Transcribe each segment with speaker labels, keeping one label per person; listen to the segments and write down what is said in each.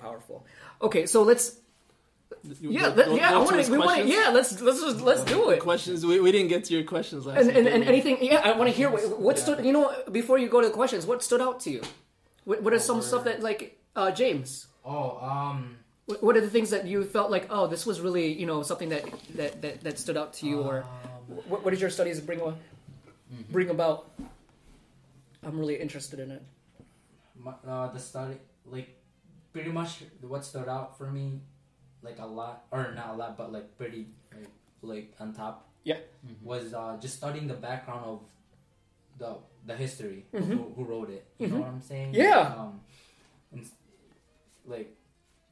Speaker 1: helpful. Okay, so let's
Speaker 2: You-
Speaker 1: yeah
Speaker 2: go-
Speaker 1: let,
Speaker 2: go-
Speaker 1: yeah
Speaker 2: go
Speaker 1: I
Speaker 2: to
Speaker 1: want
Speaker 2: his
Speaker 1: to we want to
Speaker 2: questions.
Speaker 1: yeah let's let's just let's do it.
Speaker 2: Questions. We, we didn't get to your questions last.
Speaker 1: And,
Speaker 2: week,
Speaker 1: and,
Speaker 2: did
Speaker 1: and
Speaker 2: we?
Speaker 1: anything yeah I want to hear what, what stood you know before you go to the questions what stood out to you? What,
Speaker 2: Oh,
Speaker 1: what are some stuff that like uh, James?
Speaker 3: Oh, um,
Speaker 1: What what are the things that you felt like? Oh, this was really you know something that that that, that stood out to you, or
Speaker 2: Uh.
Speaker 1: what, what did your studies bring a-
Speaker 2: Mm-hmm.
Speaker 1: bring about? I'm really interested in it.
Speaker 3: my, uh, the study, like, pretty much what stood out for me, like a lot, or not a lot, but like pretty, like, like on top.
Speaker 1: Yeah.
Speaker 3: Was uh, just studying the background of the the history of who, who wrote it. You know what I'm saying?
Speaker 1: Mm-hmm. Yeah.
Speaker 3: Um, and, s- like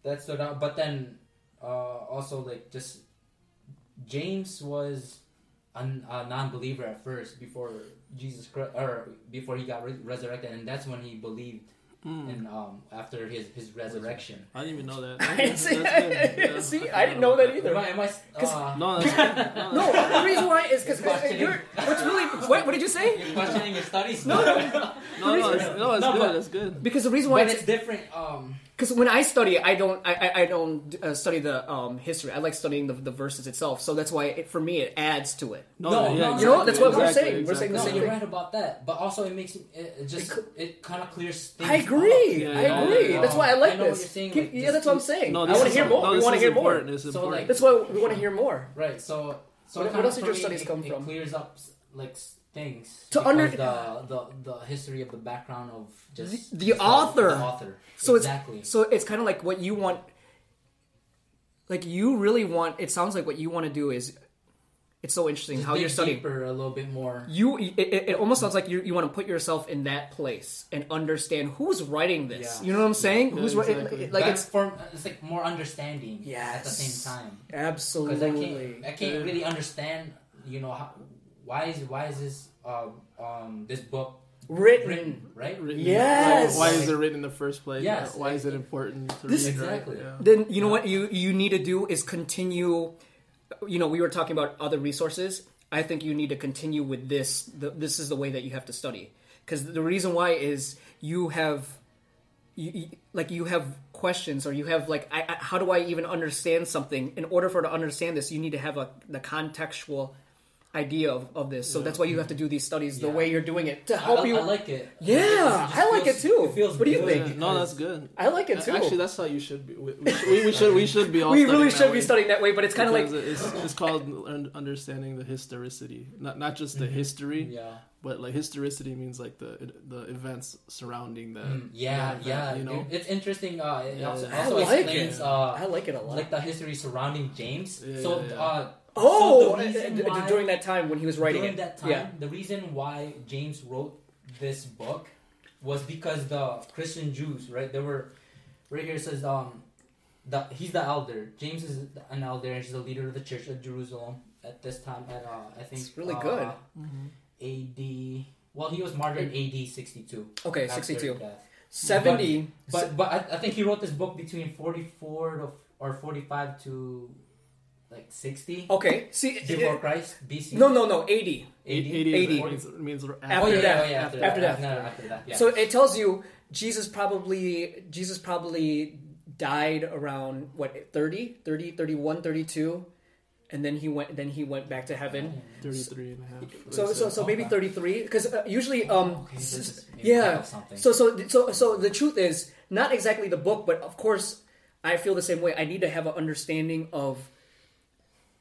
Speaker 3: that stood out, but then uh, also like just James was an, a non-believer at first before Jesus Christ, or before he got re- resurrected, and that's when he believed. in um, after his his resurrection.
Speaker 2: I didn't even know that.
Speaker 1: See,
Speaker 2: That's good. Yeah,
Speaker 1: see,
Speaker 2: forgot
Speaker 1: I didn't know
Speaker 2: about
Speaker 1: that either.
Speaker 3: Am I? Am I s- uh,
Speaker 2: No, that's good. No,
Speaker 1: No,
Speaker 2: that's
Speaker 1: the reason why is because
Speaker 3: Questioning.
Speaker 1: you're. What's really what, what did you say?
Speaker 3: You're questioning your studies.
Speaker 1: No,
Speaker 2: good. no, no, it's, no, it's
Speaker 3: No, but-
Speaker 2: good. It's good.
Speaker 1: Because the reason why
Speaker 3: but
Speaker 1: it's
Speaker 3: it's different. Um,
Speaker 1: because when I study, I don't I, I, I don't uh, study the um, history. I like studying the, the verses itself. So that's why it, for me it adds to it.
Speaker 3: No, no,
Speaker 1: You know, that's what we're
Speaker 2: exactly,
Speaker 1: saying. We're saying
Speaker 3: no,
Speaker 1: the same
Speaker 3: you're
Speaker 1: thing.
Speaker 3: right about that, but also it makes it, it just it kind of clears. Things
Speaker 1: I agree.
Speaker 2: Yeah,
Speaker 1: I
Speaker 2: yeah,
Speaker 1: agree.
Speaker 2: yeah.
Speaker 1: That's why I like
Speaker 3: I know what
Speaker 1: this.
Speaker 3: you're saying,
Speaker 1: Keep-
Speaker 3: like,
Speaker 1: yeah,
Speaker 3: just
Speaker 1: that's what I'm
Speaker 3: keep-
Speaker 1: saying.
Speaker 2: No,
Speaker 1: I
Speaker 2: this
Speaker 1: want to
Speaker 2: is-
Speaker 1: hear more.
Speaker 2: No,
Speaker 1: we
Speaker 2: this
Speaker 1: want to
Speaker 2: is
Speaker 1: hear more.
Speaker 2: important. It's
Speaker 3: So,
Speaker 2: important.
Speaker 3: like-
Speaker 1: That's why we want to hear more.
Speaker 3: Right. So, so
Speaker 1: What-
Speaker 3: kinda
Speaker 1: what else did
Speaker 3: for
Speaker 1: your
Speaker 3: me,
Speaker 1: studies
Speaker 3: it-
Speaker 1: come
Speaker 3: it
Speaker 1: from?
Speaker 3: clears up s- like s- things
Speaker 1: To
Speaker 3: because
Speaker 1: under-
Speaker 3: the, the the history of the background of just
Speaker 1: The- the author.
Speaker 3: The author.
Speaker 1: So
Speaker 3: exactly.
Speaker 1: it's so it's kind of like what you want. Like you really want. It sounds like what you want to do is. It's so interesting how
Speaker 3: Dig
Speaker 1: you're studying.
Speaker 3: deeper a little bit more.
Speaker 1: You it, it it almost sounds like you you want to put yourself in that place and understand who's writing this.
Speaker 3: Yeah.
Speaker 1: You know what I'm saying? who's writing?
Speaker 2: exactly.
Speaker 1: Like
Speaker 3: Back
Speaker 1: it's
Speaker 3: form, uh, it's like more understanding. At the
Speaker 1: Yes.
Speaker 3: same time. because I
Speaker 1: absolutely
Speaker 3: can't, I can't really understand, you know, how, why is why is this uh, um this book
Speaker 1: written.
Speaker 3: written, right?
Speaker 2: Written-
Speaker 1: Yes.
Speaker 2: Why is it written in the first place?
Speaker 3: Yes.
Speaker 2: Why is it important to
Speaker 1: This-
Speaker 2: read?
Speaker 3: Exactly.
Speaker 2: Right?
Speaker 1: Then you know what you you need to do is continue. You know we were talking about other resources. I think you need to continue with this. The, this is the way that you have to study because the reason why is you have you, you- like you have questions or you have like I, I, how do i even understand something in order for to understand this you need to have a the contextual idea of, of this so that's why you have to do these studies the
Speaker 3: Yeah.
Speaker 1: way you're doing it to
Speaker 3: I,
Speaker 1: help
Speaker 3: I-
Speaker 1: you
Speaker 3: I like it.
Speaker 1: Yeah,
Speaker 3: just
Speaker 1: I like it too.
Speaker 3: It feels
Speaker 1: What do you
Speaker 2: Yeah.
Speaker 3: good
Speaker 1: think?
Speaker 2: Yeah.
Speaker 3: because-
Speaker 2: No, that's good.
Speaker 1: i like it too
Speaker 2: Actually, that's how you should be. We, we should, we, we should. We should be all.
Speaker 1: we really
Speaker 2: studying that
Speaker 1: should be
Speaker 2: way.
Speaker 1: studying that way but it's kind of like
Speaker 2: Because it's, it's called un- understanding the historicity, not not just the history,
Speaker 3: Yeah.
Speaker 2: but like historicity means like the the events surrounding that.
Speaker 1: Mm,
Speaker 3: Mm, Yeah,
Speaker 2: Uh, that,
Speaker 3: yeah.
Speaker 2: you know.
Speaker 3: It- it's interesting. Uh, it
Speaker 2: Yeah.
Speaker 3: also,
Speaker 2: I
Speaker 3: also
Speaker 1: like
Speaker 3: explains
Speaker 2: it.
Speaker 1: i
Speaker 3: uh,
Speaker 1: like it a lot
Speaker 3: like the history surrounding James.
Speaker 2: Yeah,
Speaker 3: so,
Speaker 2: yeah, yeah.
Speaker 3: uh,
Speaker 1: oh
Speaker 3: so the reason
Speaker 1: d- d-
Speaker 3: why-
Speaker 1: during that time when he was writing
Speaker 3: during
Speaker 1: it
Speaker 3: that time,
Speaker 1: yeah
Speaker 3: the reason why James wrote this book was because the Christian Jews, right? They were right here it says um the he's the elder. James is an elder. He's the leader of the church of Jerusalem at this time. At uh, I think
Speaker 1: It's really
Speaker 3: uh,
Speaker 1: good.
Speaker 2: Mm-hmm.
Speaker 3: A.D. Well, he was martyred A.D. sixty-two.
Speaker 1: okay
Speaker 3: after
Speaker 1: 62
Speaker 3: death.
Speaker 1: 70
Speaker 3: But but I, I think he wrote this book between forty-four to or forty-five to like sixty
Speaker 1: okay see
Speaker 3: before Christ B.C.
Speaker 1: Oh, no no no 80
Speaker 3: AD.
Speaker 2: 80,
Speaker 1: 80.
Speaker 2: means, means after,
Speaker 3: Oh,
Speaker 1: After
Speaker 3: yeah,
Speaker 1: death.
Speaker 3: oh, yeah, after,
Speaker 1: After
Speaker 3: that.
Speaker 1: death.
Speaker 3: No, no, after that. Yeah.
Speaker 1: So it tells you Jesus probably Jesus probably died around what 30, 30, 31, 32 and then he went then he went back to heaven.
Speaker 2: 33 and a half.
Speaker 1: So so so maybe
Speaker 3: Okay. Oh,
Speaker 1: 33 cuz uh, usually um
Speaker 3: Okay, this is maybe
Speaker 1: yeah.
Speaker 3: of something.
Speaker 1: So so so so the truth is not exactly the book but of course I feel the same way. I need to have an understanding of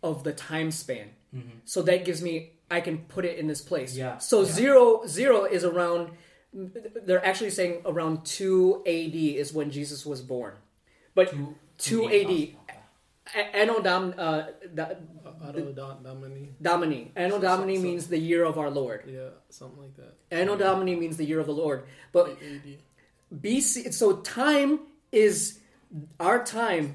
Speaker 1: of the time span. So that gives me I can put it in this place.
Speaker 3: Mm-hmm. Yeah.
Speaker 1: So
Speaker 3: Yeah.
Speaker 1: zero zero is around. They're actually saying around two A.D. is when Jesus was born, but
Speaker 3: Two-
Speaker 1: two
Speaker 3: two
Speaker 1: A.D.
Speaker 3: AD.
Speaker 1: A- Anno Dom uh, da,
Speaker 2: Otto Don- Domini.
Speaker 1: Domini. Anno
Speaker 2: So-
Speaker 1: Domini
Speaker 2: so-
Speaker 1: means the year of our Lord.
Speaker 2: Yeah, something like that.
Speaker 1: Anno
Speaker 3: Mm-hmm.
Speaker 1: Domini means the year of the Lord. But
Speaker 2: AD.
Speaker 1: BC. So time is our time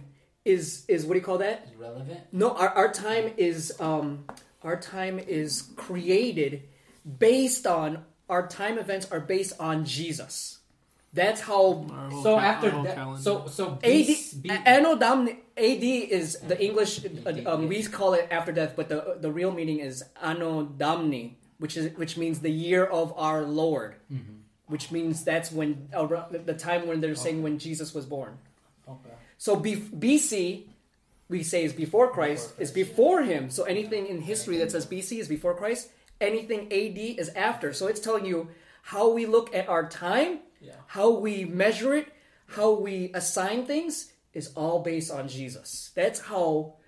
Speaker 1: is is what do you call that?
Speaker 3: Relevant?
Speaker 1: No, our, our time is um, our time is created based on our time events are based on Jesus. That's how
Speaker 2: Our whole
Speaker 3: So
Speaker 2: ca-
Speaker 3: after
Speaker 2: our whole
Speaker 3: that,
Speaker 2: calendar.
Speaker 3: so so
Speaker 1: AD
Speaker 3: B- B-
Speaker 1: Anno Domini AD is the English
Speaker 3: AD,
Speaker 1: um, we call it after death, but the the real meaning is Anno Domini, which is which means the year of our Lord. Which means that's when around the time when they're saying when Jesus was born.
Speaker 3: Okay.
Speaker 1: So B- BC, we say is before Christ,
Speaker 3: Before
Speaker 1: is
Speaker 3: Christ,
Speaker 1: before him. So anything in history that says BC is before Christ, anything AD is after. So it's telling you how we look at our time,
Speaker 3: Yeah.
Speaker 1: how we measure it, how we assign things is all based on Jesus. That's how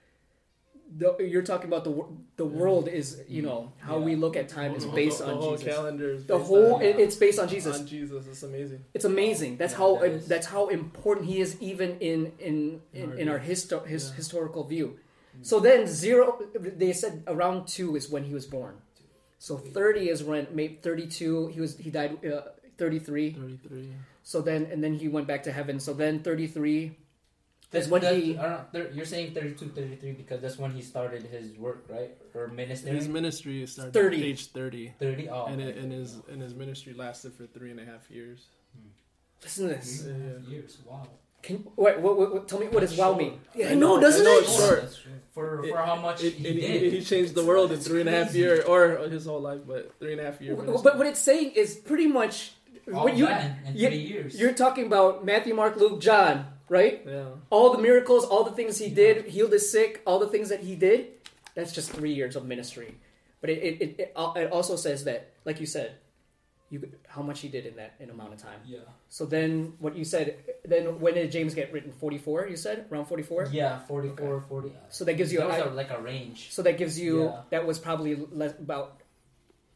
Speaker 1: the, you're talking about the wor- the world is, you know, how we
Speaker 3: Yeah.
Speaker 1: look at time is
Speaker 2: The
Speaker 1: based
Speaker 2: whole-
Speaker 1: on
Speaker 2: the whole
Speaker 1: Jesus.
Speaker 2: calendar is
Speaker 1: The
Speaker 2: based
Speaker 1: whole
Speaker 2: on,
Speaker 1: it- it's based on Jesus.
Speaker 2: on Jesus. It's amazing.
Speaker 1: It's amazing. That's
Speaker 3: Yeah,
Speaker 1: how
Speaker 3: that is.
Speaker 1: that's how important he is, even in in in, in our histo- his
Speaker 2: Yeah. Mm.
Speaker 1: historical view. So then zero, they said around two is when he was born. So thirty is when maybe thirty-two. He was he died uh, thirty-three.
Speaker 2: Thirty-three.
Speaker 1: So then and then he went back to heaven. So then thirty-three.
Speaker 3: That's
Speaker 1: Is when
Speaker 3: that-
Speaker 1: he-
Speaker 3: I don't, thir- you're saying 32, 33 because that's when he started his work, right? Or ministry.
Speaker 1: Mm-hmm.
Speaker 2: His ministry started
Speaker 1: 30.
Speaker 2: at age thirty,
Speaker 3: 30. Oh,
Speaker 2: and, it,
Speaker 3: okay.
Speaker 2: and his and his ministry lasted for three and a half years.
Speaker 1: Listen to this.
Speaker 3: Three and a half
Speaker 2: Yeah.
Speaker 3: uh, years. Wow.
Speaker 1: Can wait, what, what, what- tell me what does wow
Speaker 3: Sure.
Speaker 1: mean? Yeah,
Speaker 2: I
Speaker 1: no,
Speaker 2: know,
Speaker 1: doesn't
Speaker 2: I know
Speaker 1: it?
Speaker 2: it's short.
Speaker 3: That's true. For
Speaker 2: It-
Speaker 3: for how much
Speaker 2: It,
Speaker 3: he
Speaker 2: it,
Speaker 3: did.
Speaker 2: it, he changed the world in
Speaker 3: That's
Speaker 2: three and a half
Speaker 3: crazy.
Speaker 2: years, or his whole life, but three and a half years.
Speaker 1: W- But what it's saying is pretty much
Speaker 3: All
Speaker 1: what you
Speaker 3: that Oh, in, in
Speaker 1: you-
Speaker 3: three years.
Speaker 1: you're talking about Matthew, Mark, Luke, John, right?
Speaker 2: Yeah.
Speaker 1: all the miracles, all the things he did, healed the sick, all the things that he did, that's just three years of ministry. But it, it, it, it, al- it also says that, like you said, you how much he did in that in amount of time.
Speaker 3: yeah.
Speaker 1: So then, what you said, then when did James get written? Forty four, you said around forty four.
Speaker 3: Yeah, 44, 40.
Speaker 1: So that gives you
Speaker 3: That was
Speaker 1: a-
Speaker 3: a, like a range.
Speaker 1: So that gives you
Speaker 3: Yeah.
Speaker 1: that was probably less, about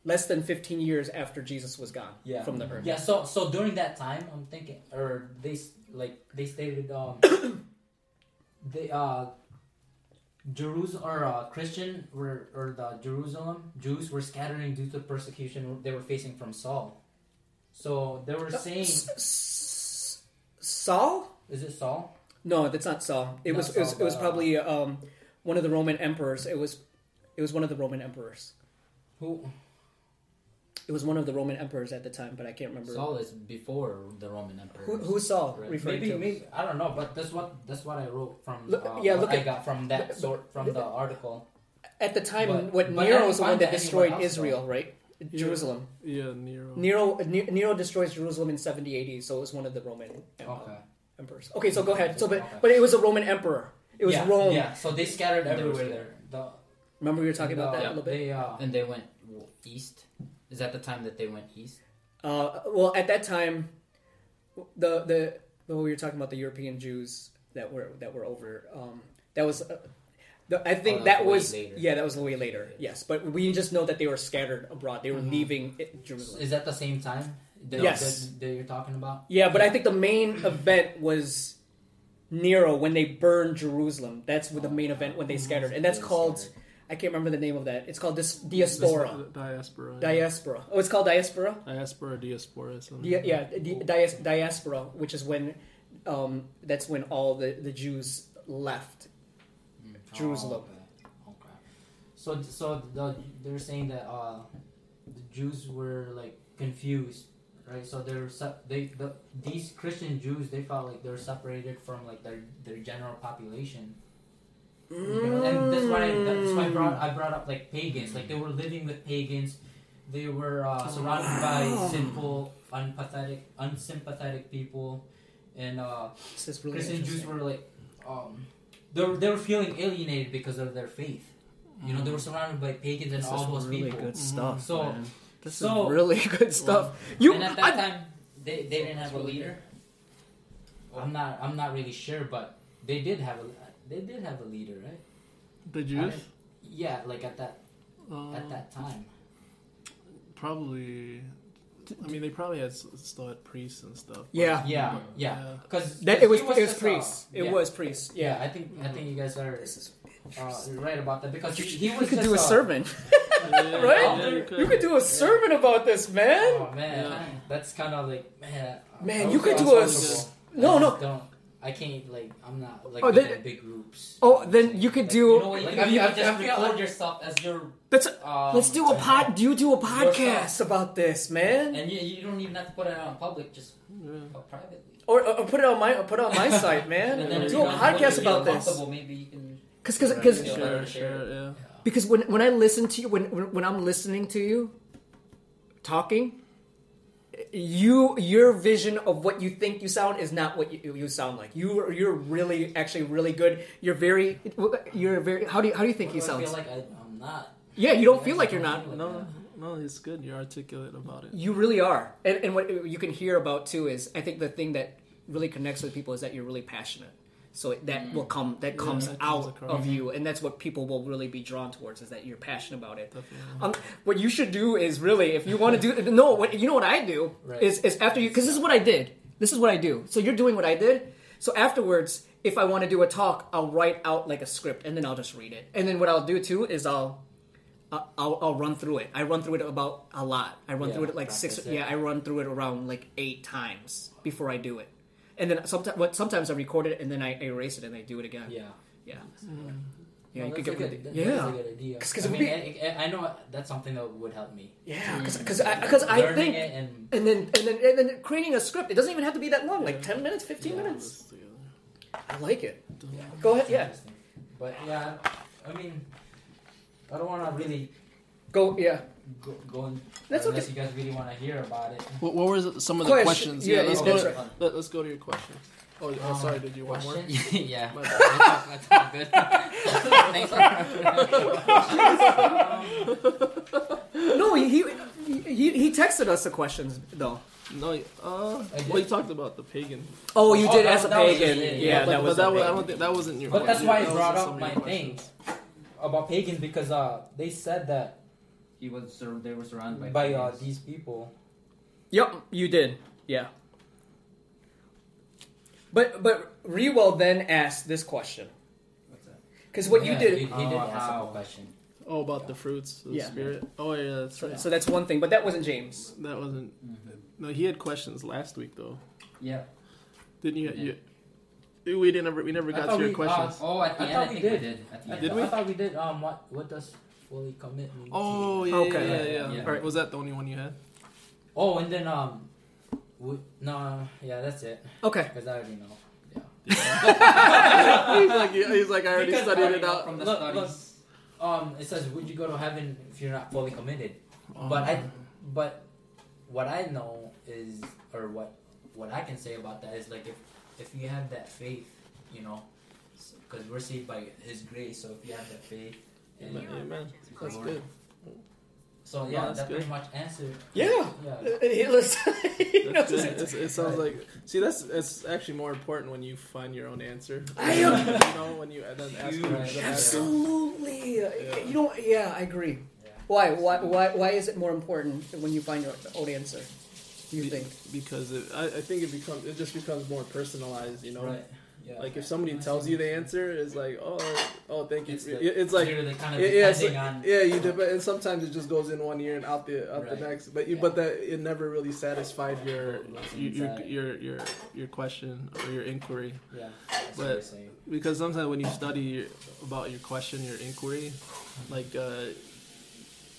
Speaker 1: less than fifteen years after Jesus was gone
Speaker 3: Yeah.
Speaker 1: from the earth.
Speaker 3: Yeah, so so during that time, I'm thinking, or they s- like they stated, um, they uh, Jerusalem or uh, Christian were or the Jerusalem Jews were scattering due to persecution they were facing from Saul. So they were saying,
Speaker 1: S- s- Saul?
Speaker 3: is it Saul?
Speaker 1: No, that's not Saul. It
Speaker 3: Not
Speaker 1: was it was,
Speaker 3: Saul,
Speaker 1: it was
Speaker 3: but, uh,
Speaker 1: probably um, one of the Roman emperors. It was it was one of the Roman emperors.
Speaker 3: Who
Speaker 1: It was one of the Roman emperors at the time, but I can't remember
Speaker 4: Saul is before the Roman emperor.
Speaker 1: who who's Saul
Speaker 4: Right.
Speaker 1: referring
Speaker 3: Maybe,
Speaker 1: to.
Speaker 3: maybe I don't know, but that's what that's what I wrote from.
Speaker 1: Look-
Speaker 3: uh,
Speaker 1: yeah,
Speaker 3: what
Speaker 1: look
Speaker 3: I
Speaker 1: at-
Speaker 3: got from that sort from the article.
Speaker 1: At the time,
Speaker 3: But-
Speaker 1: what
Speaker 3: but I
Speaker 1: Nero
Speaker 3: don't
Speaker 1: was the one
Speaker 3: find
Speaker 1: that
Speaker 3: that anyone
Speaker 1: destroyed
Speaker 3: else,
Speaker 1: Israel, right?
Speaker 2: Yeah.
Speaker 1: Jerusalem.
Speaker 2: Yeah. Nero.
Speaker 1: Nero Ne- Nero destroys Jerusalem in 70 AD, so it was one of the Roman em-
Speaker 3: Okay.
Speaker 1: emperors. Okay, so go ahead. So, but
Speaker 3: Okay.
Speaker 1: but it was a Roman emperor. It was
Speaker 3: yeah,
Speaker 1: Rome.
Speaker 3: Yeah, so they scattered
Speaker 4: They were
Speaker 3: everywhere there.
Speaker 4: scattered.
Speaker 3: The,
Speaker 1: Remember we were talking
Speaker 3: the-
Speaker 1: about that a little bit.
Speaker 3: They, uh,
Speaker 4: And they went w- east. Is that the time that they went east?
Speaker 1: Uh, well, at that time, the the well, we were talking about the European Jews that were that were over. Um, that was, uh, the, I think
Speaker 4: Oh, that
Speaker 1: that
Speaker 4: was
Speaker 1: was
Speaker 4: way later.
Speaker 1: yeah, that was way later. Yes, but we just know that they were scattered abroad. They were
Speaker 4: Mm-hmm.
Speaker 3: Mhm.
Speaker 1: leaving it, Jerusalem.
Speaker 3: is that the same time? That,
Speaker 1: Yes.
Speaker 3: That, that you're talking about.
Speaker 1: Yeah, but I think the main event was Nero when they burned Jerusalem. That's what the main event when they
Speaker 3: Mm-hmm.
Speaker 1: scattered, and that's
Speaker 4: Mm-hmm. They
Speaker 1: called
Speaker 4: scattered.
Speaker 1: I can't remember the name of that. It's called dis-
Speaker 2: Dis-
Speaker 1: diaspora.
Speaker 2: Diaspora. yeah.
Speaker 1: Diaspora. Oh, it's called diaspora.
Speaker 2: Diaspora. Diaspora. Something.
Speaker 1: Yeah, yeah, the dias- diaspora, which is when, um, that's when all the, the Jews left. Jerusalem.
Speaker 3: Mm-hmm. Oh, okay. okay. So so the, they're saying that uh, the Jews were like confused, right? So they're se- they the, these Christian Jews they felt like they're separated from like their their general population. And that's why that's why I brought
Speaker 1: Mm.
Speaker 3: I brought up like pagans. Like they were living with pagans. They were uh,
Speaker 1: Oh,
Speaker 3: surrounded by sinful, unpathetic, unsympathetic people, and uh,
Speaker 1: This is really
Speaker 3: Christian Jews
Speaker 1: interesting.
Speaker 3: were like, um, they were, they were feeling alienated because of their faith. You know, they were surrounded by pagans and
Speaker 1: Mm. This
Speaker 3: all
Speaker 1: is
Speaker 3: those
Speaker 1: really
Speaker 3: people.
Speaker 1: good
Speaker 2: Mhm.
Speaker 1: stuff.
Speaker 3: So-
Speaker 1: man. this
Speaker 3: so-
Speaker 1: is really good stuff. you,
Speaker 3: and at
Speaker 1: I-
Speaker 3: that time, they, they didn't have a leader. I'm not I'm not really sure, but they did have a they did have a leader, right?
Speaker 2: The
Speaker 1: Mm-hmm.
Speaker 2: Jews.
Speaker 3: Yeah, like at that at
Speaker 2: Uh,
Speaker 3: that
Speaker 1: Oh.
Speaker 3: time.
Speaker 2: Probably. I mean, they probably had s- still had priests and stuff. but-
Speaker 1: Yeah.
Speaker 3: Yeah,
Speaker 2: but-
Speaker 3: yeah. Because
Speaker 1: that, it was, it was
Speaker 3: just a-
Speaker 1: priests. It
Speaker 3: yeah.
Speaker 1: was priests.
Speaker 3: Yeah,
Speaker 1: Yeah,
Speaker 3: I think I think you guys are
Speaker 1: this is.
Speaker 3: uh, right about that because he, he
Speaker 1: You
Speaker 3: was
Speaker 1: could
Speaker 3: just
Speaker 1: do
Speaker 3: uh,
Speaker 1: a
Speaker 3: a-
Speaker 1: sermon,
Speaker 2: Yeah,
Speaker 1: Right?
Speaker 2: yeah,
Speaker 1: You could do a sermon about this, man.
Speaker 3: Oh man,
Speaker 2: Yeah.
Speaker 3: that's kind of like man.
Speaker 1: Man,
Speaker 3: I- I would
Speaker 1: you could do
Speaker 3: feel
Speaker 1: a s-
Speaker 3: uncomfortable.
Speaker 1: No,
Speaker 3: I
Speaker 1: no.
Speaker 3: just Don't. I can't like I'm not like
Speaker 1: Oh,
Speaker 3: good
Speaker 1: then-
Speaker 3: in big groups.
Speaker 1: Oh, then you could
Speaker 3: Like,
Speaker 1: do.
Speaker 3: You know what? You,
Speaker 4: Like,
Speaker 3: can
Speaker 4: I-
Speaker 3: you
Speaker 4: I-
Speaker 3: can just
Speaker 4: I feel
Speaker 3: record
Speaker 4: like-
Speaker 3: yourself as your.
Speaker 1: Let's
Speaker 3: Um,
Speaker 1: let's do a pod. You do a podcast about this, man.
Speaker 4: And you, you don't even have to put it out in public, just
Speaker 2: Yeah.
Speaker 4: uh, privately.
Speaker 1: Or, or put it on my or put it on my site, man.
Speaker 4: And then if you
Speaker 1: Do a
Speaker 4: don't-
Speaker 1: podcast
Speaker 4: if you feel
Speaker 1: about this.
Speaker 4: comfortable, Maybe you can.
Speaker 1: Cause, cause,
Speaker 4: Right.
Speaker 1: 'cause-
Speaker 4: Yeah.
Speaker 2: Share, share, yeah.
Speaker 1: because when when I listen to you, when when when I'm listening to you talking, you your vision of what you think you sound is not what you, you sound like. You are- you're really actually really good. You're very you're very. How do you, how do you think
Speaker 3: What
Speaker 1: he
Speaker 3: do I
Speaker 1: sounds?
Speaker 3: feel like I, I'm not.
Speaker 1: yeah, you don't
Speaker 3: I
Speaker 1: feel like
Speaker 3: actually
Speaker 1: you're not.
Speaker 3: don't feel
Speaker 2: No,
Speaker 3: like
Speaker 2: no, it's good. You're articulate about it.
Speaker 1: You really are. And, and what you can hear about too is I think the thing that really connects with people is that you're really passionate. So that will come that comes
Speaker 2: that comes
Speaker 1: out
Speaker 2: across.
Speaker 1: of you, and that's what people will really be drawn towards is that you're passionate about it.
Speaker 2: Definitely.
Speaker 1: Um, what you should do is really, if you want to do, no, what you know what I do
Speaker 3: Right.
Speaker 1: is is after you, because this is what I did. This is what I do. So you're doing what I did. So afterwards, if I want to do a talk, I'll write out like a script and then I'll just read it. And then what I'll do too is I'll. I'll, I'll- I'll run through it. I run through it about a lot. I run
Speaker 3: Yeah,
Speaker 1: through it like six.
Speaker 3: practice it.
Speaker 1: Yeah, I run through it around like eight times before I do it, and then sometimes. What sometimes I record it and then I erase it and I do it again.
Speaker 3: Yeah.
Speaker 1: yeah,
Speaker 2: Yeah.
Speaker 1: yeah.
Speaker 3: No,
Speaker 1: you could
Speaker 3: that's
Speaker 1: get
Speaker 3: a good- that-
Speaker 1: yeah.
Speaker 3: That's a good idea.
Speaker 1: 'Cause- 'cause
Speaker 3: I
Speaker 1: it would
Speaker 3: mean, I, I- I know that's something that would help me.
Speaker 1: Yeah, because because I
Speaker 3: Learning
Speaker 1: think
Speaker 3: it and
Speaker 1: and then and then and then creating a script. It doesn't even have to be that long, like ten minutes, fifteen
Speaker 2: Yeah,
Speaker 1: minutes.
Speaker 2: let's together.
Speaker 1: I like it.
Speaker 3: yeah,
Speaker 1: Go ahead,
Speaker 3: it's
Speaker 1: yeah.
Speaker 3: interesting. But yeah, I mean, I don't want to really
Speaker 1: Go, yeah.
Speaker 3: go, go in,
Speaker 1: That's
Speaker 3: unless
Speaker 1: okay.
Speaker 3: you guys really want to hear about it. Um,
Speaker 2: What, what were some of the
Speaker 1: Question-
Speaker 2: questions?
Speaker 1: yeah,
Speaker 2: Yeah, let's
Speaker 1: yeah,
Speaker 2: go.
Speaker 1: that's
Speaker 2: To,
Speaker 3: right.
Speaker 2: let, us go to your questions. Oh, oh,
Speaker 3: Um,
Speaker 2: sorry. Did you want more?
Speaker 3: question?
Speaker 4: yeah.
Speaker 2: My
Speaker 4: That's
Speaker 2: bad.
Speaker 4: all- that's all good. Thanks
Speaker 3: Um,
Speaker 1: No, he he, he he texted us the questions though.
Speaker 2: No, uh,
Speaker 3: I did.
Speaker 2: well, you talked about the pagan.
Speaker 1: Oh, you
Speaker 3: Oh,
Speaker 1: did
Speaker 3: that-
Speaker 1: as a
Speaker 3: that was-
Speaker 1: pagan.
Speaker 3: yeah,
Speaker 1: Yeah,
Speaker 3: yeah,
Speaker 2: but,
Speaker 1: that
Speaker 2: but
Speaker 1: was.
Speaker 2: that
Speaker 1: a
Speaker 2: was. I
Speaker 1: pagan.
Speaker 2: don't think that wasn't your.
Speaker 3: but that's
Speaker 2: question.
Speaker 3: why I
Speaker 2: That was
Speaker 3: brought
Speaker 2: some
Speaker 3: up
Speaker 2: of
Speaker 3: my
Speaker 2: your
Speaker 3: thing
Speaker 2: questions.
Speaker 3: about pagans because uh, they said that
Speaker 4: He was sur- they were surrounded by
Speaker 3: by uh,
Speaker 4: pagans.
Speaker 3: these people.
Speaker 1: Yep, you did. Yeah. But but Rewell then asked this question
Speaker 4: What's that?
Speaker 1: because what
Speaker 3: Yeah,
Speaker 1: you did.
Speaker 3: He, he
Speaker 4: oh,
Speaker 3: did ask
Speaker 4: how?
Speaker 3: a question.
Speaker 2: Oh, about the fruits, of the
Speaker 1: Yeah.
Speaker 2: spirit. Oh, yeah, that's
Speaker 1: So,
Speaker 2: right.
Speaker 1: so that's one thing, but that wasn't James.
Speaker 2: That wasn't.
Speaker 3: Mm-hmm.
Speaker 2: No, he had questions last week though.
Speaker 4: Yeah.
Speaker 2: Didn't you?
Speaker 4: He did.
Speaker 2: you we didn't ever. We never
Speaker 3: I
Speaker 2: got
Speaker 3: thought
Speaker 2: to your
Speaker 3: we- uh,
Speaker 2: questions.
Speaker 4: Oh, at the
Speaker 3: I
Speaker 4: end, I
Speaker 3: thought
Speaker 4: think
Speaker 3: we did.
Speaker 4: we did. At the
Speaker 3: I
Speaker 4: end.
Speaker 2: Did
Speaker 3: thought-
Speaker 2: we?
Speaker 3: I thought we did. Um, what what does fully commit mean? to
Speaker 2: oh,
Speaker 3: you?
Speaker 2: yeah,
Speaker 1: Okay.
Speaker 2: yeah, yeah, yeah.
Speaker 4: Yeah.
Speaker 2: All right, was that the only one you had?
Speaker 3: Oh, and then um, we, no, yeah, that's it.
Speaker 1: Okay.
Speaker 3: Because I already know. Yeah.
Speaker 2: he's like, he's like, I already
Speaker 3: Because
Speaker 2: studied
Speaker 3: already
Speaker 2: it out.
Speaker 4: From the
Speaker 3: Look, look.
Speaker 4: studies.
Speaker 3: Um, it says, "Would you go to heaven if you're not fully committed?" But I,
Speaker 2: Um,
Speaker 3: but what I know is, or what what I can say about that is like if if you have that faith, you know, because we're saved by His grace. So if you have that faith, and
Speaker 2: Amen. Amen. That's
Speaker 3: Lord.
Speaker 2: good.
Speaker 3: so
Speaker 2: No,
Speaker 3: yeah,
Speaker 2: that's
Speaker 3: that
Speaker 2: good.
Speaker 3: pretty much answered.
Speaker 1: Yeah.
Speaker 3: Yeah.
Speaker 1: He was- he
Speaker 2: That's
Speaker 1: knows
Speaker 2: good. It's, it sounds like. See, that's it's actually more important when you find your own answer.
Speaker 1: I
Speaker 2: you
Speaker 1: am-
Speaker 2: know when you and then ask.
Speaker 4: Huge.
Speaker 2: and then ask-
Speaker 1: Absolutely.
Speaker 2: Yeah.
Speaker 1: You know, yeah, I agree.
Speaker 3: Yeah.
Speaker 1: Why? Why? Why? Why is it more important when you find your own answer? Do you
Speaker 2: Be-
Speaker 1: think?
Speaker 2: Because it, I, I think it becomes it just becomes more personalized. You know,
Speaker 3: Right. Yeah.
Speaker 2: like if somebody tells you the answer, it's like oh oh thank you.
Speaker 3: It's
Speaker 2: for-
Speaker 3: the-
Speaker 2: it's like
Speaker 3: you're the kind of
Speaker 2: Yeah, yeah, it's
Speaker 3: depending
Speaker 2: like-
Speaker 3: on
Speaker 2: yeah, you did, but and sometimes it just goes in one ear and out the out
Speaker 3: Right.
Speaker 2: the next. But you,
Speaker 3: Yeah.
Speaker 2: but that it never really satisfied your
Speaker 3: What's
Speaker 2: your,
Speaker 3: inside.
Speaker 2: your your your question or your inquiry.
Speaker 3: Yeah. That's what
Speaker 2: But-
Speaker 3: you're saying.
Speaker 2: Because sometimes when you study your, about your question, your inquiry, like uh,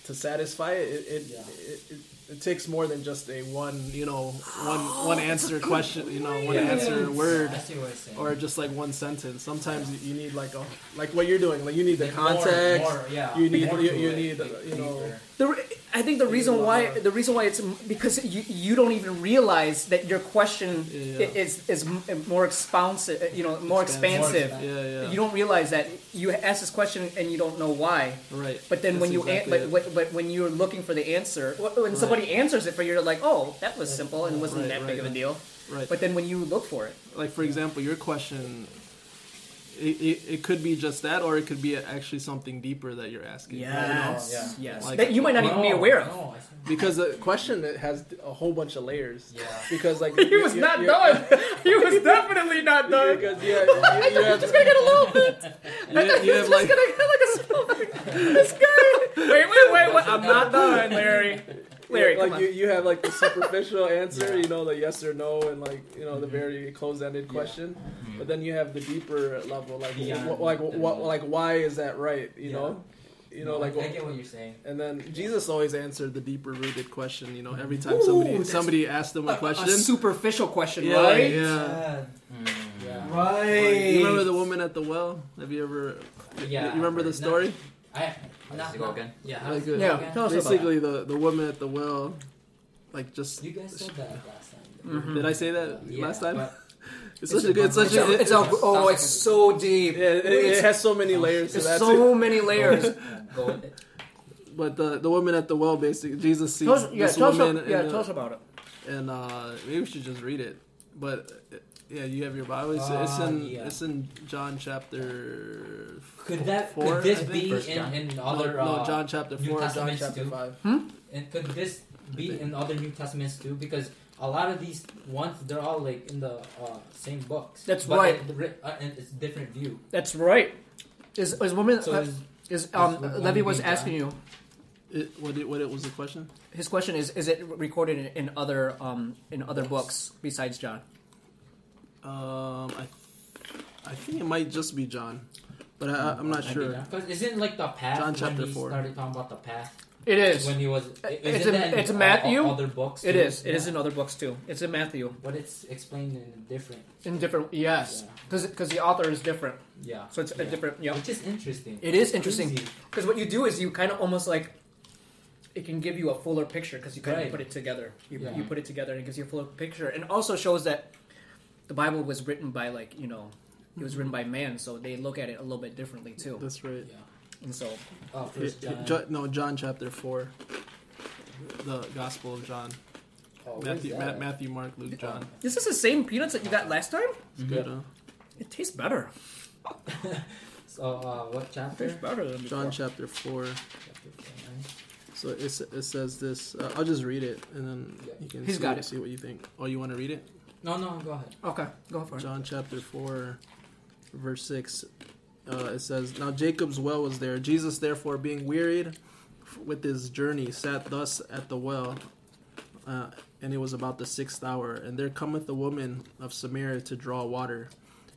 Speaker 2: to satisfy it, it it,
Speaker 3: Yeah.
Speaker 2: it, it, it takes more than just a one you know one one answer question you know one answer word
Speaker 3: I see what you're saying.
Speaker 2: or just like one sentence. Sometimes you- you need like a like what you're doing. Like you need the
Speaker 3: Like more-
Speaker 2: context.
Speaker 3: more, yeah,
Speaker 2: you need-
Speaker 3: more
Speaker 2: you-
Speaker 3: to
Speaker 2: you
Speaker 3: it,
Speaker 2: need,
Speaker 3: like
Speaker 2: you know,
Speaker 3: deeper.
Speaker 1: The, re- I think the reason why the reason why it's m- because you, you don't even realize that your question
Speaker 2: Yeah.
Speaker 1: i- is is m- uh, more expansive. You know, more
Speaker 2: Expansive.
Speaker 1: expansive.
Speaker 2: Yeah, yeah.
Speaker 1: You don't realize that you ask this question and you don't know why.
Speaker 2: right.
Speaker 1: But then when
Speaker 2: That's
Speaker 1: you
Speaker 2: exactly
Speaker 1: an-
Speaker 2: it.
Speaker 1: but, but, but when you're looking for the answer, wh- when
Speaker 2: Right.
Speaker 1: somebody answers it for you, you're like, oh, that was simple and wasn't
Speaker 2: Right,
Speaker 1: that
Speaker 2: right.
Speaker 1: big of a deal.
Speaker 2: right.
Speaker 1: But then when you look for it,
Speaker 2: like for example your question it, it, it could be just that or it could be actually something deeper that you're asking you know?
Speaker 1: yes,
Speaker 3: Yeah.
Speaker 1: yes,
Speaker 2: Like- oh,
Speaker 1: that you might not even be aware of.
Speaker 3: Oh, No, I see.
Speaker 2: because the question it has a whole bunch of layers
Speaker 3: Yeah.
Speaker 2: because like
Speaker 1: He was
Speaker 2: you-
Speaker 1: not
Speaker 2: you-
Speaker 1: done. He was definitely not done.
Speaker 2: because yeah you, you have,
Speaker 1: Just gonna get a little bit.
Speaker 2: you, you
Speaker 1: Just
Speaker 2: have like
Speaker 1: gonna get like a small This guy. Wait, wait, wait, wait. I'm not done, Larry. Larry, come
Speaker 2: like
Speaker 1: on.
Speaker 2: you, you have like the superficial answer
Speaker 3: Yeah. Mm-hmm.
Speaker 2: you know the yes or no and like you know the very closed-ended question but then you have the deeper level like
Speaker 3: Beyond
Speaker 2: wh- like
Speaker 3: the-
Speaker 2: what like why is that right you
Speaker 3: Yeah.
Speaker 2: know you know
Speaker 3: No,
Speaker 2: like
Speaker 3: I, I get what you're saying.
Speaker 2: And then Jesus always answered the deeper rooted question. You know, every time somebody
Speaker 1: Ooh, that's-
Speaker 2: somebody asked him a question,
Speaker 1: superficial question,
Speaker 2: yeah,
Speaker 1: right?
Speaker 2: yeah.
Speaker 4: Mm.
Speaker 3: Yeah.
Speaker 1: Right.
Speaker 2: You remember the woman at the well? Have you ever?
Speaker 3: Yeah,
Speaker 2: You remember the
Speaker 3: I've
Speaker 2: story?
Speaker 3: heard- I
Speaker 4: How's
Speaker 3: not,
Speaker 4: it go
Speaker 3: not
Speaker 4: again?
Speaker 3: Yeah.
Speaker 2: Like,
Speaker 3: how's it
Speaker 2: uh,
Speaker 3: go
Speaker 1: Yeah,
Speaker 3: again?
Speaker 1: tell us about
Speaker 2: Basically, the the woman at the well, Like just
Speaker 3: You guys said that last time.
Speaker 2: did I say that
Speaker 3: Yeah,
Speaker 2: Mm. Uh, last time?
Speaker 3: but
Speaker 2: It's such a good, such
Speaker 1: It's a,
Speaker 2: a. it-
Speaker 1: it's a, oh, it's so deep.
Speaker 2: yeah, it, it has so
Speaker 3: Oh,
Speaker 2: many layers. To
Speaker 1: There's
Speaker 2: that too.
Speaker 1: so many layers.
Speaker 4: Go with it.
Speaker 2: But the the woman at the well, basically, Jesus sees
Speaker 1: Tell us- yeah,
Speaker 2: this
Speaker 1: tell us,
Speaker 2: woman,
Speaker 1: ab- yeah,
Speaker 2: and,
Speaker 1: tell
Speaker 2: uh,
Speaker 1: us about it.
Speaker 2: and uh, maybe we should just read it. But uh, yeah, you have your Bible. It's, it's
Speaker 3: Uh,
Speaker 2: in
Speaker 3: yeah.
Speaker 2: it's in John chapter.
Speaker 3: Could that
Speaker 2: Four,
Speaker 3: could this
Speaker 2: I think.
Speaker 3: be
Speaker 4: First
Speaker 3: in,
Speaker 4: John.
Speaker 3: in
Speaker 2: No,
Speaker 3: other
Speaker 2: no,
Speaker 3: uh,
Speaker 2: John chapter
Speaker 3: New
Speaker 2: four, John
Speaker 3: Testaments
Speaker 2: chapter
Speaker 3: too?
Speaker 2: five.
Speaker 3: And could this
Speaker 2: I
Speaker 3: be
Speaker 2: think.
Speaker 3: in other New Testaments too? Because a lot of these ones, they're all like in the uh, same books.
Speaker 1: That's
Speaker 3: but
Speaker 1: right.
Speaker 3: it- ri- uh, and it's different view.
Speaker 1: That's right. Is is woman
Speaker 3: So
Speaker 1: uh,
Speaker 3: is-
Speaker 1: is um
Speaker 3: is
Speaker 1: Levy
Speaker 3: one
Speaker 1: was
Speaker 3: being
Speaker 1: asking you.
Speaker 2: It, what, it, what it was the question?
Speaker 1: His question is: Is it recorded in, in other um in other books besides John?
Speaker 2: Um, I I think it might just be John, but I, Uh, I'm not sure.
Speaker 3: Because isn't like the path
Speaker 2: John
Speaker 3: when
Speaker 2: chapter
Speaker 3: he
Speaker 2: four.
Speaker 3: started talking about the path
Speaker 1: It is.
Speaker 3: when he was.
Speaker 1: It's
Speaker 3: isn't
Speaker 1: in-
Speaker 3: that in
Speaker 1: it's
Speaker 3: o- o-
Speaker 1: Matthew.
Speaker 3: other books.
Speaker 1: It
Speaker 3: too?
Speaker 1: is. It is
Speaker 3: Yeah.
Speaker 1: in other books too. It's in Matthew.
Speaker 3: But it's explained in a different.
Speaker 1: In different. Yes.
Speaker 3: Yeah.
Speaker 1: Because the author is different,
Speaker 3: Yeah.
Speaker 1: so it's
Speaker 3: yeah.
Speaker 1: a different. Yeah.
Speaker 3: Which is interesting.
Speaker 1: It is
Speaker 3: It's
Speaker 1: interesting
Speaker 3: crazy.
Speaker 1: because what you do is you kind of almost like it can give you a fuller picture because you kind of
Speaker 3: Right.
Speaker 1: put it together. You,
Speaker 3: Yeah.
Speaker 1: you put it together and it gives you a fuller picture, and also shows that the Bible was written by like you know it was written by man, so they look at it a little bit differently too.
Speaker 2: That's right.
Speaker 3: Yeah.
Speaker 1: And so
Speaker 3: Oh, first
Speaker 2: Yeah,
Speaker 3: John.
Speaker 2: Jo- no, John chapter four, the Gospel of John.
Speaker 3: oh, where's
Speaker 2: Matthew,
Speaker 3: that
Speaker 2: Ma-
Speaker 3: at?
Speaker 2: Matthew, Mark, Luke, John.
Speaker 1: this is the same peanuts that you got last time.
Speaker 2: It's
Speaker 3: Mm-hmm.
Speaker 2: good, huh?
Speaker 1: It tastes better.
Speaker 3: So uh, what
Speaker 1: It
Speaker 3: chapter?
Speaker 1: tastes better than before.
Speaker 2: John chapter four.
Speaker 3: Chapter nine.
Speaker 2: So it, s- it says this. Uh, I'll just read it, and then you can
Speaker 1: He's
Speaker 2: see,
Speaker 1: got it.
Speaker 2: see what you think. Oh, you want to read it?
Speaker 3: No, no, go ahead.
Speaker 1: Okay, go for it.
Speaker 2: John chapter 4, verse 6. Uh, it says, Now Jacob's well was there. Jesus, therefore, being wearied f- with his journey, sat thus at the well. Uh, and it was about the sixth hour. And there cometh a woman of Samaria to draw water.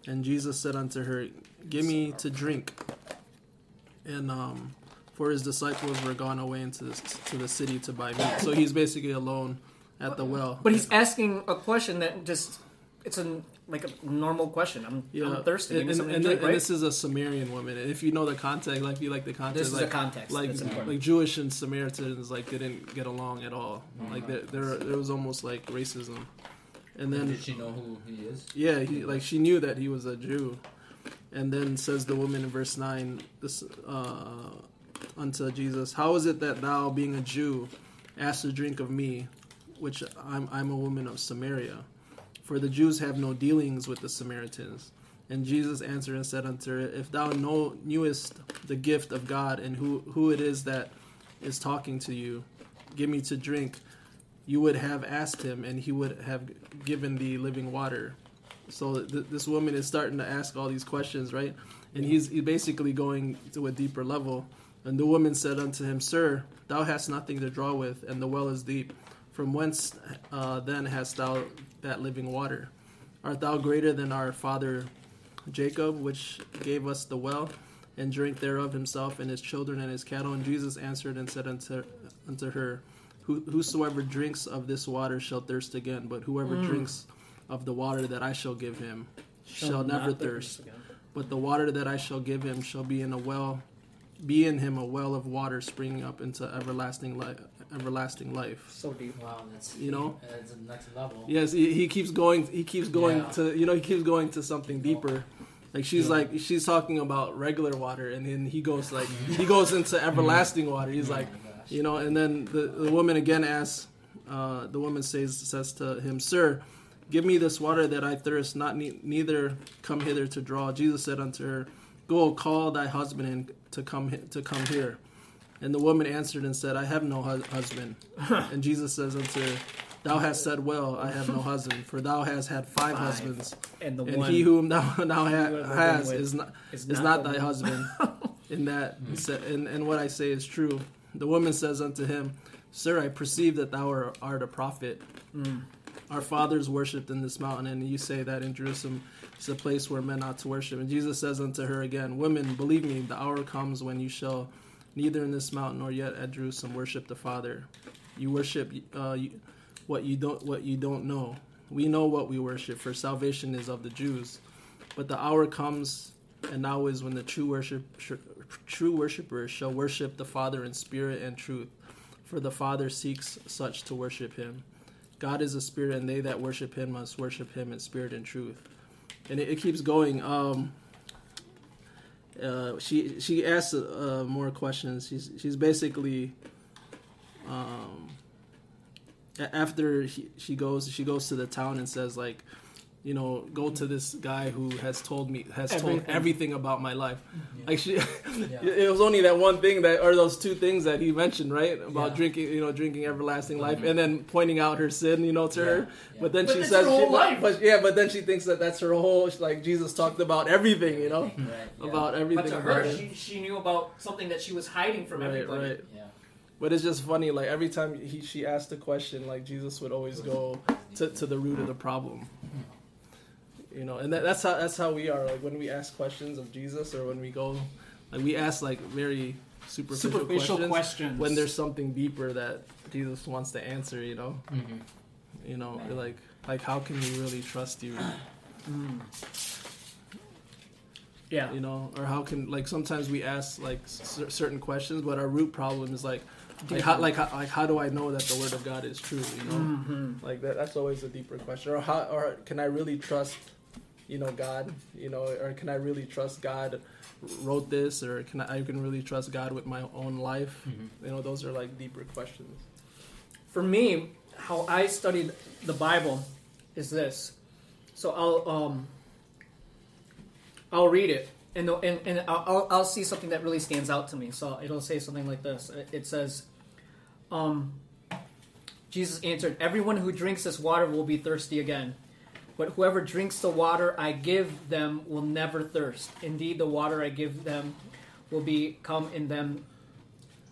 Speaker 2: And Jesus said unto her, Give me to drink. And um, for his disciples were gone away into the, to the city to buy meat. So he's basically alone at the well.
Speaker 1: But he's asking a question that just it's a like a normal question. I'm, I'm thirsty. Give
Speaker 2: And,
Speaker 1: me
Speaker 2: and-
Speaker 1: something to drink,
Speaker 2: and th- and
Speaker 1: right?
Speaker 2: this is a Sumerian woman. And if you know the context, like if you like the context,
Speaker 1: This is
Speaker 2: like,
Speaker 1: a context.
Speaker 2: like
Speaker 1: That's important.
Speaker 2: like Jewish and Samaritans like didn't get along at all. Like there, there, there was almost like racism. And then
Speaker 4: Did she know who he is?
Speaker 2: yeah, he, like she knew that he was a Jew, and then says the woman in verse nine, this uh, unto Jesus, how is it that thou, being a Jew, ask to drink of me, which I'm I'm a woman of Samaria, for the Jews have no dealings with the Samaritans. And Jesus answered and said unto her, If thou know, knewest the gift of God and who who it is that is talking to you, give me to drink. You would have asked him, and he would have given thee living water so th- this woman is starting to ask all these questions right and he's he basically going to a deeper level and the woman said unto him sir thou hast nothing to draw with and the well is deep from whence uh, then hast thou that living water art thou greater than our father jacob which gave us the well and drank thereof himself and his children and his cattle and jesus answered and said unto, unto her Who, whosoever drinks of this water shall thirst again but whoever drinks of the water that I shall give him shall, never
Speaker 1: not
Speaker 2: thirst,
Speaker 1: again.
Speaker 2: but the water that I shall give him shall be in a well, be in him a well of water springing up into everlasting life. Everlasting life.
Speaker 1: So deep.
Speaker 3: Wow, that's
Speaker 2: You know?
Speaker 3: that's the next level.
Speaker 2: Yes, he, he keeps going. He keeps going
Speaker 3: Yeah.
Speaker 2: to you know he keeps going to something deeper. Like she's
Speaker 3: Yeah.
Speaker 2: like she's talking about regular water, and then he goes like he goes into everlasting water. He's like
Speaker 3: Oh my gosh.
Speaker 2: you know, and then the, the woman again asks, uh, the woman says says to him, Sir, give me this water that I thirst, not ne- neither come hither to draw. Jesus said unto her, Go call thy husband and to come hi- to come here. And the woman answered and said, I have no hus- husband. and Jesus says unto her, Thou hast said well, I have no husband, for thou hast had five,
Speaker 1: Five.
Speaker 2: husbands,
Speaker 1: And the
Speaker 2: and
Speaker 1: one
Speaker 2: he whom thou, thou
Speaker 1: you
Speaker 2: ha-
Speaker 1: have
Speaker 2: has
Speaker 1: been with
Speaker 2: is not
Speaker 1: is
Speaker 2: is
Speaker 1: not
Speaker 2: not
Speaker 1: the Hmm.
Speaker 2: thy
Speaker 1: one-
Speaker 2: husband. In that, sa- and, and what I say is true. The woman says unto him, Sir, I perceive that thou are- art a prophet.
Speaker 1: Hmm.
Speaker 2: Our fathers worshipped in this mountain, and you say that in Jerusalem is a place where men ought to worship. And Jesus says unto her again, Women, believe me, the hour comes when you shall neither in this mountain nor yet at Jerusalem worship the Father. You worship uh, you- what you don't what you don't know. We know what we worship, for salvation is of the Jews. But the hour comes and now is when the true worship true worshipers shall worship the Father in spirit and truth. for the Father seeks such to worship him. God is a spirit, and they that worship him must worship him in spirit and truth. And it, it keeps going. Um, uh, she she asks uh, more questions. She's she's basically um, a- after he, she goes she goes to the town and says like, you know, go to this guy who has told me has told
Speaker 1: Everything.
Speaker 2: everything about my life.
Speaker 3: Yeah.
Speaker 2: Like she,
Speaker 3: Yeah.
Speaker 2: it was only that one thing that or those two things that he mentioned right about
Speaker 3: Yeah.
Speaker 2: drinking, you know, drinking everlasting life,
Speaker 1: Mm-hmm.
Speaker 4: Mhm.
Speaker 2: and then pointing out her sin, you know, to her.
Speaker 3: Yeah,
Speaker 2: But then
Speaker 3: But
Speaker 2: she
Speaker 3: that's
Speaker 2: says,
Speaker 3: her whole
Speaker 2: she-
Speaker 3: life.
Speaker 2: But, yeah, but then she thinks that that's her whole. Like Jesus talked about everything, you know,
Speaker 3: yeah. Right, yeah.
Speaker 2: about everything.
Speaker 1: But to
Speaker 2: about
Speaker 1: her,
Speaker 2: it.
Speaker 1: she, she knew about something that she was hiding from
Speaker 2: right,
Speaker 1: everybody.
Speaker 2: right.
Speaker 3: Yeah.
Speaker 2: But it's just funny. Like every time he, she asked a question, like Jesus would always go to, to the root of the problem. You know, and that, that's how that's how we are. Like when we ask questions of Jesus, or when we go, like we ask like very superficial,
Speaker 5: Superficial
Speaker 2: questions,
Speaker 5: questions.
Speaker 2: when there's something deeper that Jesus wants to answer. You know,
Speaker 3: Mm-hmm.
Speaker 2: you know, like like how can we really trust you?
Speaker 1: Mm. Yeah.
Speaker 2: you know or how can like sometimes we ask like cer- certain questions but our root problem is like like how, like, how, like how do i know that the word of god is true you know
Speaker 1: hmm
Speaker 2: like that that's always a deeper question or how or can i really trust you know god you know or can i really trust god wrote this or can i, I can really trust god with my own life you know those are like deeper questions
Speaker 1: For me, how I studied the Bible is this. So I'll um, I'll read it, and the- and, and I'll, I'll I'll see something that really stands out to me. So it'll say something like this. It- It says, um, Jesus answered, "Everyone who drinks this water will be thirsty again." But whoever drinks the water I give them will never thirst. Indeed, the water I give them will become in them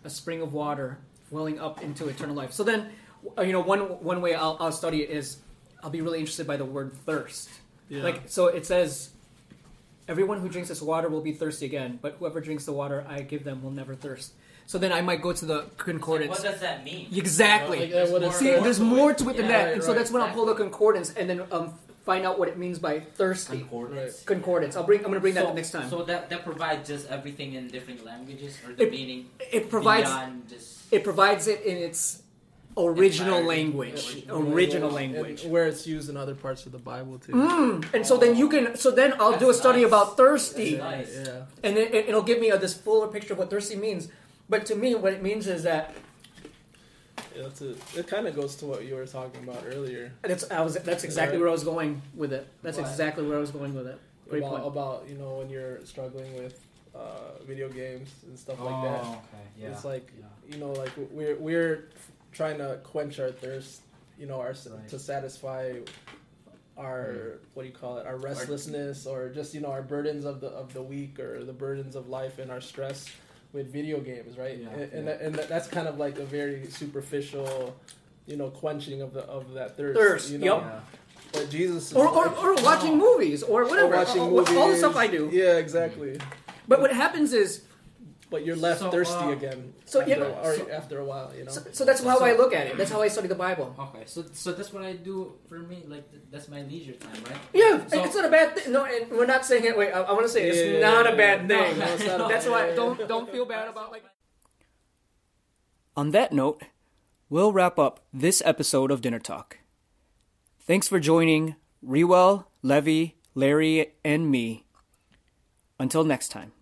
Speaker 1: a spring of water welling up into eternal life. So then, w- you know, one one way I'll, I'll study it is I'll be really interested by the word thirst.
Speaker 2: yeah
Speaker 1: Like, so it says, everyone who drinks this water will be thirsty again, but whoever drinks the water I give them will never thirst. So then I might go to the concordance.
Speaker 6: What does that mean?
Speaker 1: Exactly.
Speaker 2: Like, that would have
Speaker 1: See,
Speaker 2: said-
Speaker 1: there's more to it than
Speaker 6: Yeah,
Speaker 1: that,
Speaker 2: right,
Speaker 1: and so
Speaker 2: right.
Speaker 1: that's when I'll pull the concordance and then um, find out what it means by thirsty
Speaker 6: Concordance.
Speaker 1: concordance. I'll bring. I'm going to bring that
Speaker 6: So-
Speaker 1: the next time.
Speaker 6: So that that provides just everything in different languages or the
Speaker 1: It
Speaker 6: meaning
Speaker 1: it provides
Speaker 6: beyond just
Speaker 1: it provides it in its original
Speaker 6: Entirety.
Speaker 1: language,
Speaker 6: Original
Speaker 1: original
Speaker 2: And
Speaker 1: language.
Speaker 2: where it's used in other parts of the bible too
Speaker 1: Mm, and so then you can. So then I'll do a
Speaker 6: That's
Speaker 1: study
Speaker 6: nice.
Speaker 1: about thirsty,
Speaker 6: That's nice.
Speaker 2: yeah
Speaker 1: and it, it, it'll give me a, this fuller picture of what thirsty means. But to me, what it means is that
Speaker 2: yeah that's it it kind of goes to what you were talking about earlier
Speaker 1: that's I was that's exactly
Speaker 2: Right.
Speaker 1: where I was going with it. That's
Speaker 2: Right.
Speaker 1: exactly where I was going with it. Great
Speaker 2: about,
Speaker 1: point.
Speaker 2: about you know when you're struggling with uh, video games and stuff
Speaker 3: Oh,
Speaker 2: like that.
Speaker 3: okay. Yeah.
Speaker 2: It's like
Speaker 3: yeah.
Speaker 2: you know like we're we're trying to quench our thirst, you know, our s
Speaker 3: Right.
Speaker 2: to satisfy our what do you call it? Our restlessness or just you know our burdens of the of the week or the burdens of life and our stress with video games, right?
Speaker 3: Yeah,
Speaker 2: and and,
Speaker 3: yeah.
Speaker 2: that- and that- that's kind of like a very superficial you know quenching of the of that thirst.
Speaker 1: Thirst,
Speaker 2: you know?
Speaker 1: yep.
Speaker 3: Yeah.
Speaker 2: But Jesus is
Speaker 1: or, or, or watching movies or
Speaker 2: or
Speaker 1: whatever.
Speaker 2: watching
Speaker 1: all, all- all the
Speaker 2: movies.
Speaker 1: stuff I do.
Speaker 2: Yeah, exactly.
Speaker 1: But what happens is,
Speaker 2: But you're left
Speaker 3: So,
Speaker 2: thirsty
Speaker 3: uh,
Speaker 2: again.
Speaker 1: so,
Speaker 2: after,
Speaker 1: yeah,
Speaker 2: a- or
Speaker 1: so-
Speaker 2: after a while, you know.
Speaker 1: so, so that's how
Speaker 3: So-
Speaker 1: I look at it. That's how I study the Bible.
Speaker 6: Okay, so so that's what I do for me. Like th- that's my leisure time, right?
Speaker 1: Yeah,
Speaker 6: So-
Speaker 1: it's not a bad thing. No, and we're not saying it. Wait, I, I want to say
Speaker 2: Yeah,
Speaker 1: it's not a bad
Speaker 2: yeah,
Speaker 1: thing.
Speaker 2: yeah. No, it's not a
Speaker 1: that's
Speaker 2: bad
Speaker 1: why
Speaker 2: thing.
Speaker 1: don't don't feel bad about like. On that note, we'll wrap up this episode of Dinner Talk. Thanks for joining Rewell, Levy, Larry, and me. Until next time.